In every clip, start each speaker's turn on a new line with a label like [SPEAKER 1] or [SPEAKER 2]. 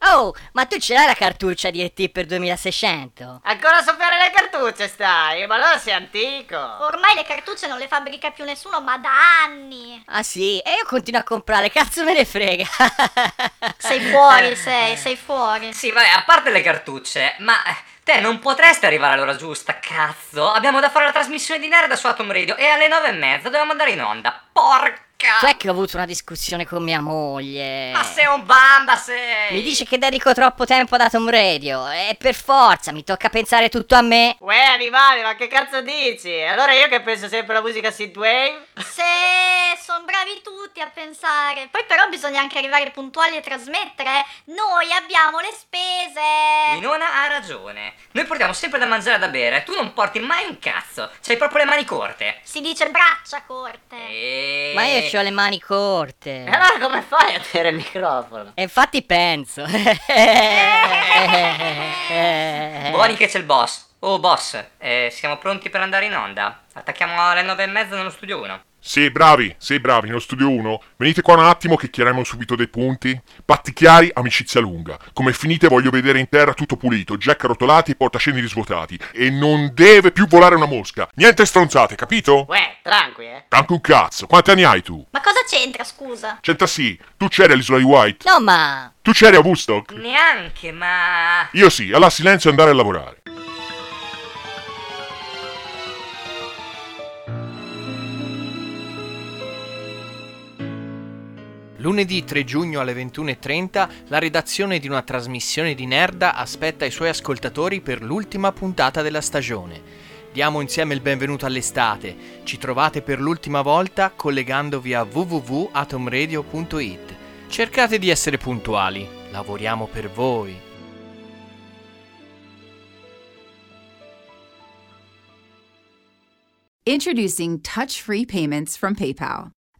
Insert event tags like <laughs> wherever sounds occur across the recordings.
[SPEAKER 1] Oh, ma tu ce l'hai la cartuccia di ET per 2600?
[SPEAKER 2] Ancora a soffrire le cartucce stai, ma allora sei antico.
[SPEAKER 3] Ormai le cartucce non le fabbrica più nessuno, ma da anni.
[SPEAKER 1] Ah sì, e io continuo a comprare, cazzo me ne frega.
[SPEAKER 2] <laughs>
[SPEAKER 3] Sei fuori, sei, sei fuori.
[SPEAKER 2] Eh, Sì, vabbè, a parte le cartucce, ma eh, te non potresti arrivare all'ora giusta, cazzo. Abbiamo da fare la trasmissione di Nerd su Atom Radio e alle nove e mezza dobbiamo andare in onda. Porca!
[SPEAKER 1] cioè che ho avuto una discussione con mia moglie.
[SPEAKER 2] Ma sei un bamba, sei!
[SPEAKER 1] Mi dice che dedico troppo tempo ad Atom Radio e per forza mi tocca pensare tutto a me.
[SPEAKER 2] Uè, animale, ma che cazzo dici? Allora io che penso sempre alla musica Synthwave?
[SPEAKER 3] Se sono bravi tutti a pensare. Poi però bisogna anche arrivare puntuali e trasmettere. eh. Noi abbiamo le spese.
[SPEAKER 2] Minona Eh. ha ragione. Noi portiamo sempre da mangiare e da bere. Tu non porti mai un cazzo. C'hai proprio le mani corte.
[SPEAKER 3] Si dice braccia
[SPEAKER 2] Eh.
[SPEAKER 3] corte.
[SPEAKER 2] E...
[SPEAKER 1] Ma io ho le mani corte.
[SPEAKER 2] E allora come fai a tenere il microfono?
[SPEAKER 1] E infatti penso. <laughs>
[SPEAKER 2] Eh.
[SPEAKER 1] Eh.
[SPEAKER 2] Buoni che c'è il boss. Oh boss, eh, siamo pronti per andare in onda. Attacchiamo alle nove e mezza nello studio 1.
[SPEAKER 4] Sì, bravi, sì, bravi, nello studio 1. Venite qua un attimo che chiariamo subito dei punti. Patti chiari, amicizia lunga. Come finite voglio vedere in terra tutto pulito, jack arrotolati e portasceni risvuotati. E non deve più volare una mosca. Niente stronzate, capito?
[SPEAKER 2] Uè, tranqui, eh.
[SPEAKER 4] Anche un cazzo. Quanti anni hai tu?
[SPEAKER 3] Ma cosa c'entra, scusa?
[SPEAKER 4] C'entra sì, tu c'eri all'isola di White.
[SPEAKER 1] no ma...
[SPEAKER 4] Tu c'eri a Woodstock.
[SPEAKER 2] Neanche, ma...
[SPEAKER 4] Io sì, alla silenzio e andare a lavorare.
[SPEAKER 5] Lunedì 3 giugno alle 21.30 la redazione di una trasmissione di Nerda aspetta i suoi ascoltatori per l'ultima puntata della stagione. Diamo insieme il benvenuto all'estate. Ci trovate per l'ultima volta collegandovi a www.atomradio.it. Cercate di essere puntuali. Lavoriamo per voi.
[SPEAKER 6] Introducing touch free payments from PayPal,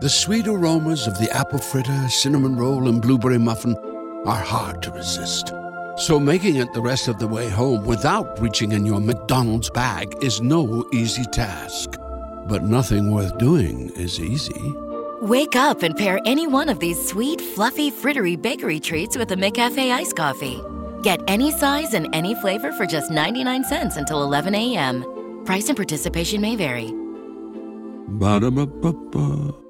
[SPEAKER 7] The sweet aromas of the apple fritter, cinnamon roll, and blueberry muffin are hard to resist. So making it the rest of the way home without reaching in your McDonald's bag is no easy task. But nothing worth doing is easy.
[SPEAKER 8] Wake up and pair any one of these sweet, fluffy, frittery bakery treats with a McCafe iced coffee. Get any size and any flavor for just 99 cents until 11 a.m. Price and participation may vary.
[SPEAKER 7] Ba-da-ba-ba-ba.